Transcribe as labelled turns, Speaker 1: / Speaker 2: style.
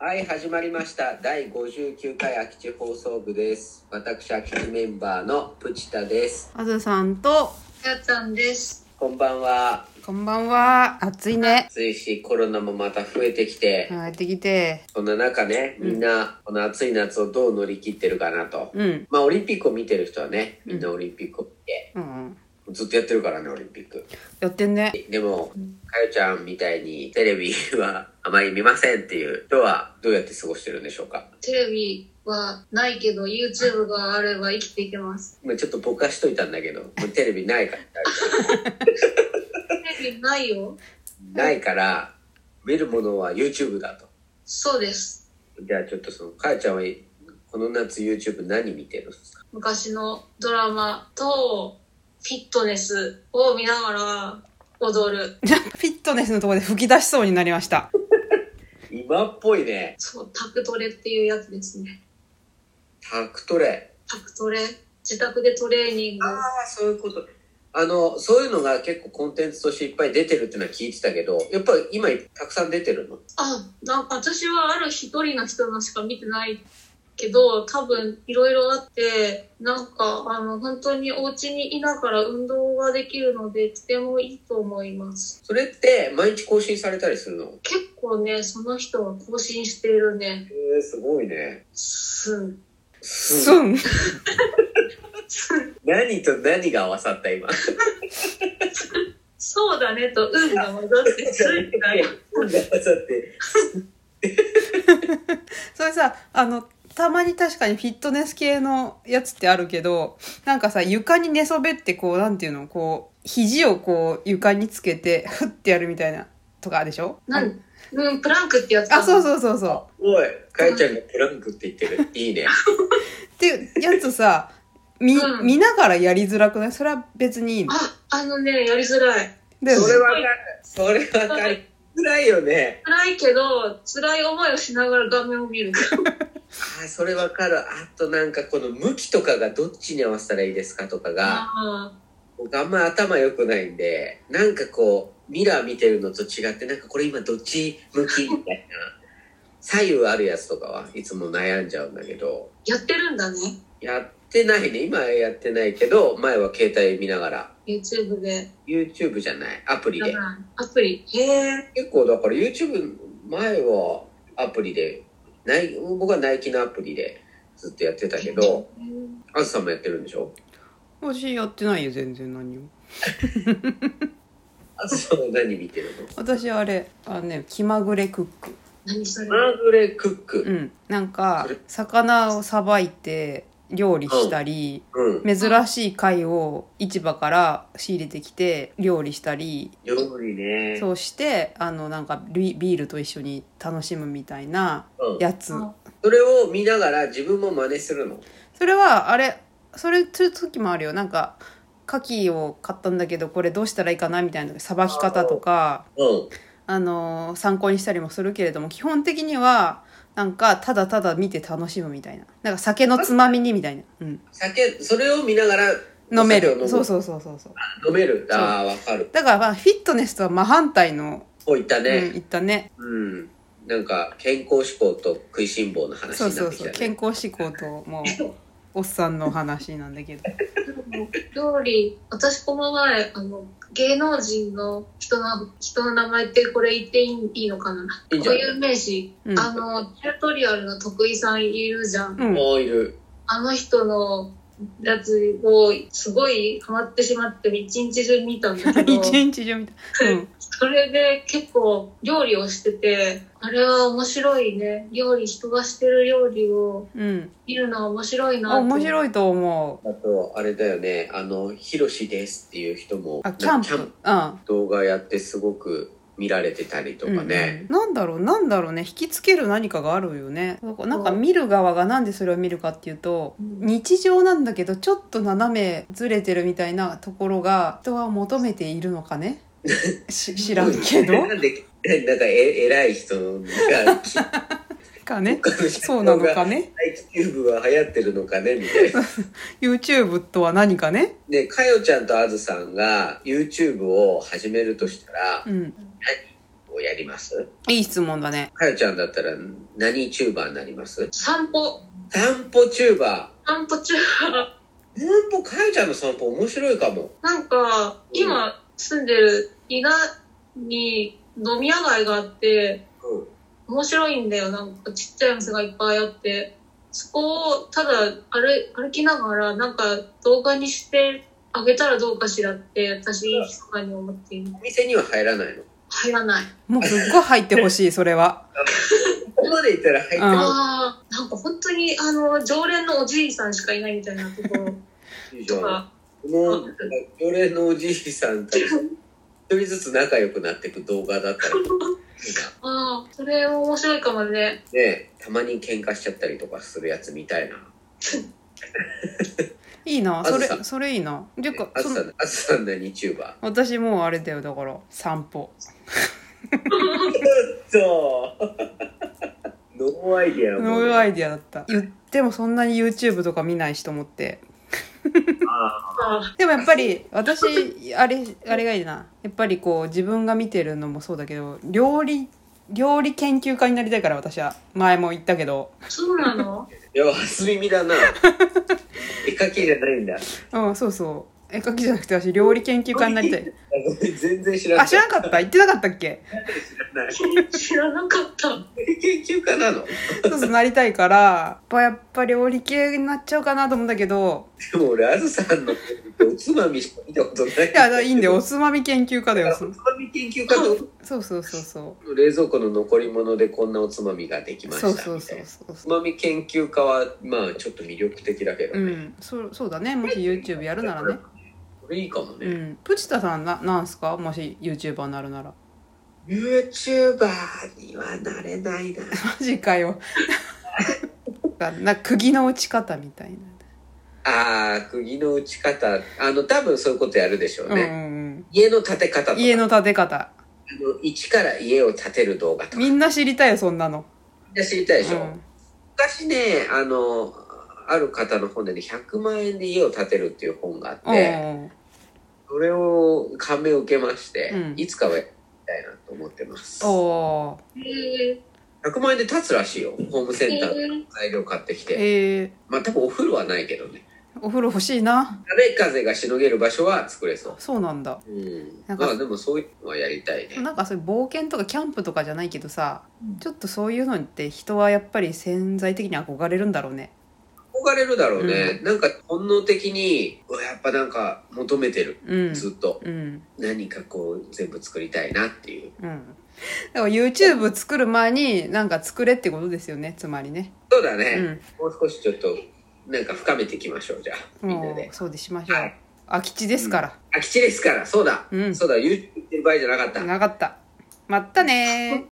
Speaker 1: はい、始まりました。第59回空き地放送部です。私、空き地メンバーのプチタです。
Speaker 2: あずさんと、
Speaker 3: やちゃんです。
Speaker 1: こんばんは。
Speaker 2: こんばんは。暑いね。
Speaker 1: 暑いし、コロナもまた増えてきて、
Speaker 2: はい、できて。
Speaker 1: そんな中ね、みんな、この暑い夏をどう乗り切ってるかなと。
Speaker 2: うん。
Speaker 1: まあ、オリンピックを見てる人はね、みんなオリンピックを見て、
Speaker 2: うん。
Speaker 1: ずっとやってるからね、オリンピック。
Speaker 2: やってんね。
Speaker 1: でも、かよちゃんみたいにテレビはあまり見ませんっていう人は、どうやって過ごしてるんでしょうか。
Speaker 3: テレビはないけど、YouTube があれば生きていけます。
Speaker 1: まあちょっとぼかしといたんだけど、もうテレビないから。
Speaker 3: テレビないよ。
Speaker 1: ないから、見るものは YouTube だと。
Speaker 3: そうです。
Speaker 1: じゃあちょっとその、かやちゃんはこの夏 YouTube 何見てるんですか
Speaker 3: 昔のドラマとフィットネスを見ながら踊る。
Speaker 2: じゃフィットネスのところで吹き出しそうになりました。
Speaker 1: 今っぽいね。
Speaker 3: そう、タクトレっていうやつですね。
Speaker 1: タクトレ。
Speaker 3: タクトレ。自宅でトレーニング。
Speaker 1: ああ、そういうこと。あの、そういうのが結構コンテンツとしていっぱい出てるっていうのは聞いてたけど、やっぱり今たくさん出てるの
Speaker 3: あ、なんか私はある一人の人のしか見てないけど、多分いろいろあって、なんかあの本当にお家にいながら運動ができるので、とてもいいと思います。
Speaker 1: それって毎日更新されたりするの
Speaker 3: 結構ね、その人は更新しているね。
Speaker 1: えー、すごいね。
Speaker 3: すん。
Speaker 2: すん。
Speaker 1: 何と何が合わさった今。
Speaker 3: そうだねと、運が戻ってすんだよ。
Speaker 1: 何が合わさって。
Speaker 2: それさ、あの、たまに確かにフィットネス系のやつってあるけど、なんかさ、床に寝そべってこう、なんていうの、こう、肘をこう、床につけて、ふってやるみたいな、とかでしょ
Speaker 3: なん、うん、プランクってやつ
Speaker 2: あ、そう
Speaker 3: う。
Speaker 2: そうそうそう。
Speaker 1: おい、かやちゃんがプランクって言ってる。いいね。
Speaker 2: っていうやつさ、見、
Speaker 3: うん
Speaker 2: 見ながらやりづらくないそれは別にいいの。
Speaker 3: あ、あのね、やりづらい。
Speaker 2: だよね
Speaker 1: それはわかる。それはわかる。辛いよね。
Speaker 3: 辛いけど、辛い思いをしながら画面を見る。
Speaker 1: ああ、それわかる。あとなんかこの向きとかがどっちに合わせたらいいですかとかが、
Speaker 3: あ
Speaker 1: 僕あんま頭良くないんで、なんかこう、ミラー見てるのと違って、なんかこれ今どっち向きみたいな。 左右あるやつとかはいつも悩んじゃうんだけど、
Speaker 3: ーやってるんだね。
Speaker 1: やってないね。今はやってないけど、前は携帯見ながら。
Speaker 3: YouTube で。
Speaker 1: YouTube じゃない、アプリで。
Speaker 3: アプリ。へえ。
Speaker 1: 結構だから YouTube 前はアプリでない僕はナイキのアプリでずっとやってたけどあずさんもやってるんでしょ
Speaker 2: 私やってないよ、全然何を。
Speaker 1: あずさんは何見てるの
Speaker 2: 私あれあのね気まぐれクック
Speaker 3: 何そ れ。
Speaker 1: マグレクッ
Speaker 2: う
Speaker 1: ク
Speaker 2: んなんか
Speaker 1: それ
Speaker 2: 魚をさばいて料理したり
Speaker 1: うん
Speaker 2: 珍しい貝を市場から仕入れてきて料理したり
Speaker 1: 料理ね
Speaker 2: そうしてあのなんかビビールと一緒に楽しむみたいな
Speaker 1: うん
Speaker 2: やつ
Speaker 3: あ
Speaker 1: それを見ながら自分も真似するの
Speaker 2: それはあれそれする時もあるよなんか牡蠣を買ったんだけどこれどうしたらいいかなみたいなさばき方とか
Speaker 1: うん
Speaker 2: あの参考にしたりもするけれども基本的にはなんかただただ見て楽しむみたいななんか酒のつまみにみたいな、うん、
Speaker 1: 酒それを見ながら
Speaker 2: 飲め
Speaker 1: お酒を飲む
Speaker 2: るそうそうそうそうそう
Speaker 1: 飲めるああわかる
Speaker 2: だから、まあ、フィットネスとは真反対の、
Speaker 1: こういった
Speaker 2: うん、
Speaker 1: ね
Speaker 2: 言ったね
Speaker 1: うんなんか健康志向と食いしん坊の話
Speaker 2: そう
Speaker 1: にな
Speaker 2: そ
Speaker 1: っ
Speaker 2: う
Speaker 1: てき
Speaker 2: そう
Speaker 1: たね
Speaker 2: 健康志向ともうおっさんの話なんだけど
Speaker 3: 料理。私この前、あの、芸能人の人の、人の名前ってこれ言っていいいいのかない
Speaker 1: いんじゃない
Speaker 3: 固有名詞。
Speaker 2: うん
Speaker 3: あの、チュートリアルの徳井さんいるじゃん。
Speaker 2: うん
Speaker 1: もういる
Speaker 3: あの人のやつをすごいハマってしまって、一日中見たんだけど。
Speaker 2: 一日中みたいな、うん、
Speaker 3: それで結構料理をしてて、あれは面白いね。料理、人がしてる料理を
Speaker 2: うん、
Speaker 3: 見るのは面白いな
Speaker 2: あ
Speaker 3: と
Speaker 2: 面白いと思う
Speaker 1: あと、あれだよね、あの、ヒロシですっていう人も、
Speaker 2: あキャンプうん
Speaker 1: 動画やってすごく見られてたりとかね。
Speaker 2: うんうんなんだろうなんだろうね引きつける何かがあるよねなんか見る側がなんでそれを見るかっていうと
Speaker 3: うん
Speaker 2: 日常なんだけどちょっと斜めずれてるみたいなところが人は求めているのか ねし知らんけど
Speaker 1: なんで、なんかえ、偉い人が、き
Speaker 2: かね
Speaker 1: 他の人
Speaker 2: そうなのかね
Speaker 1: が YouTube は流行ってるのかねみたいな。
Speaker 2: YouTube とは何かね
Speaker 1: で、かよちゃんとあずさんが YouTube を始めるとしたら、
Speaker 2: うん
Speaker 1: をやります
Speaker 2: いい質問だね。
Speaker 1: かよちゃんだったら何チューバーになります
Speaker 3: 散歩、
Speaker 1: 散歩チューバ
Speaker 3: 散歩中は、
Speaker 1: ー。散歩、かよちゃんの散歩面白いかも。
Speaker 3: なんか、今住んでる伊賀に飲み屋街があって、
Speaker 1: うん。
Speaker 3: 面白いんだよ。なんかちっちゃいお店がいっぱいあって、そこをただ歩歩きながら、なんか動画にしてあげたらどうかしらって、私、密かに思っている。
Speaker 1: お店には入らないの。
Speaker 3: 入らない。
Speaker 2: もうすっごい入ってほしい、それは。
Speaker 1: ここまで行ったら入っても
Speaker 3: ああ、なんか本当に、あの、常連のおじいさんしかいないみたいなところ
Speaker 1: いいじゃん。
Speaker 3: と
Speaker 1: こ
Speaker 3: か、
Speaker 1: の、常連のおじいさんたち、一人ずつ仲良くなっていく動画だったらいいな。
Speaker 3: ああ、それも面白いかもね。
Speaker 1: ねたまに喧嘩しちゃったりとかするやつみたいな。
Speaker 2: いいな。
Speaker 1: あ
Speaker 2: そ
Speaker 1: ず
Speaker 2: れ
Speaker 1: さ、
Speaker 2: それいいな。ていうか、
Speaker 1: あ
Speaker 2: そ
Speaker 1: つさ
Speaker 2: の、
Speaker 1: ん、あつさん何チューバー
Speaker 2: 私もうあれだよ、だから、散歩。
Speaker 1: そう。ノーアイディア
Speaker 2: ノーア
Speaker 1: イ
Speaker 2: イディアだった。言ってもそんなに YouTube とか見ないしと思って。
Speaker 3: あ
Speaker 2: でもやっぱり、私、あれ、あれがいいな。やっぱりこう、自分が見てるのもそうだけど、料理、料理研究家になりたいから私は。前も言ったけど。
Speaker 3: あ、そうな の
Speaker 1: いや、初耳 だな。絵描きじゃないんだ。あ
Speaker 2: うん、そうそう。絵描きじゃなくて私、料理研究家になりたい。
Speaker 1: ごめん全然知らな
Speaker 2: あ、
Speaker 1: い。
Speaker 2: 知らなかった言ってなかったっけ
Speaker 1: ない
Speaker 3: 知らなかった。
Speaker 1: 研究家なの
Speaker 2: そうそうなりたいから、やっぱやっぱ料理系になっちゃうかなと思うんだけど、
Speaker 1: でも俺、あずさんのおつまみしか見たことない。
Speaker 2: いや、いいんだよ。おつまみ研究家 だよ。
Speaker 1: おつ
Speaker 2: そ
Speaker 1: まみ研究家と
Speaker 2: そうそうそうそ
Speaker 1: 冷蔵庫の残り物でこんなおつまみができ
Speaker 2: う。
Speaker 1: まし
Speaker 2: そ
Speaker 1: た
Speaker 2: う
Speaker 1: みたいな。
Speaker 2: そう
Speaker 1: お
Speaker 2: そうそう
Speaker 1: つ。まみ研究家は、まあ、ちょっと魅力的だけど
Speaker 2: う
Speaker 1: ね。
Speaker 2: ん、そうそうだねもし YouTube やるならね、
Speaker 1: これいいかも
Speaker 2: う
Speaker 1: ね。
Speaker 2: ん、プチタさんななんすかもし YouTuber になるなら
Speaker 1: YouTuber にはなれないな。
Speaker 2: マジかよな釘の打ち方みたいな、
Speaker 1: ああ、釘の打ち方。あの、多分そういうことやるでしょう
Speaker 2: うんう
Speaker 1: ね。
Speaker 2: ん
Speaker 1: 家の建て方と
Speaker 2: う
Speaker 1: か
Speaker 2: ん、家の建て方
Speaker 1: あの一から家を建てる動画とか
Speaker 2: みんな知りたいよそんなの、
Speaker 1: みんな知りたいでし
Speaker 2: う
Speaker 1: ょ、
Speaker 2: ん、
Speaker 1: 昔ねあのある方の本でね100万円で家を建てるっていう本があって、
Speaker 2: うん
Speaker 1: それを感銘を受けまして、
Speaker 2: うん
Speaker 1: いつかはやりたいなと思ってます
Speaker 2: おお
Speaker 3: へえ
Speaker 1: 100万円で建つらしいよホームセンターの
Speaker 3: へえ
Speaker 1: 材料買ってき
Speaker 2: ー
Speaker 1: て
Speaker 2: え
Speaker 1: まあ多分お風呂はないけどね
Speaker 2: ー、お風呂欲しいな
Speaker 1: 雨風がしのげる場所は作れそう
Speaker 2: そうなんだ
Speaker 1: うん、
Speaker 2: なん
Speaker 1: ま
Speaker 2: か
Speaker 1: あでもそういうのはやりたいね
Speaker 2: なんかそういう冒険とかキャンプとかじゃないけどさ、
Speaker 1: うん
Speaker 2: ちょっとそういうのって人はやっぱり潜在的に憧れるんだろうね
Speaker 1: 憧れるだろうね、なんか本能的にうわやっぱなんか求めてる
Speaker 2: うん
Speaker 1: ずっと、
Speaker 2: うん
Speaker 1: 何かこう全部作りたいなっていう
Speaker 2: うん。だから YouTube 作る前になんか作れってことですよね、つまりね。
Speaker 1: そうだ
Speaker 2: う
Speaker 1: ね、
Speaker 2: ん。
Speaker 1: もう少しちょっとなんか深めていきましょうじゃあみんな
Speaker 2: も
Speaker 1: で
Speaker 2: う、そうでしましょう
Speaker 1: はい。
Speaker 2: 空き地ですから。
Speaker 1: 空き地ですからそうだ、
Speaker 2: うん。
Speaker 1: そうだ YouTube 言ってる場合じゃなかった
Speaker 2: なかった。まったねー。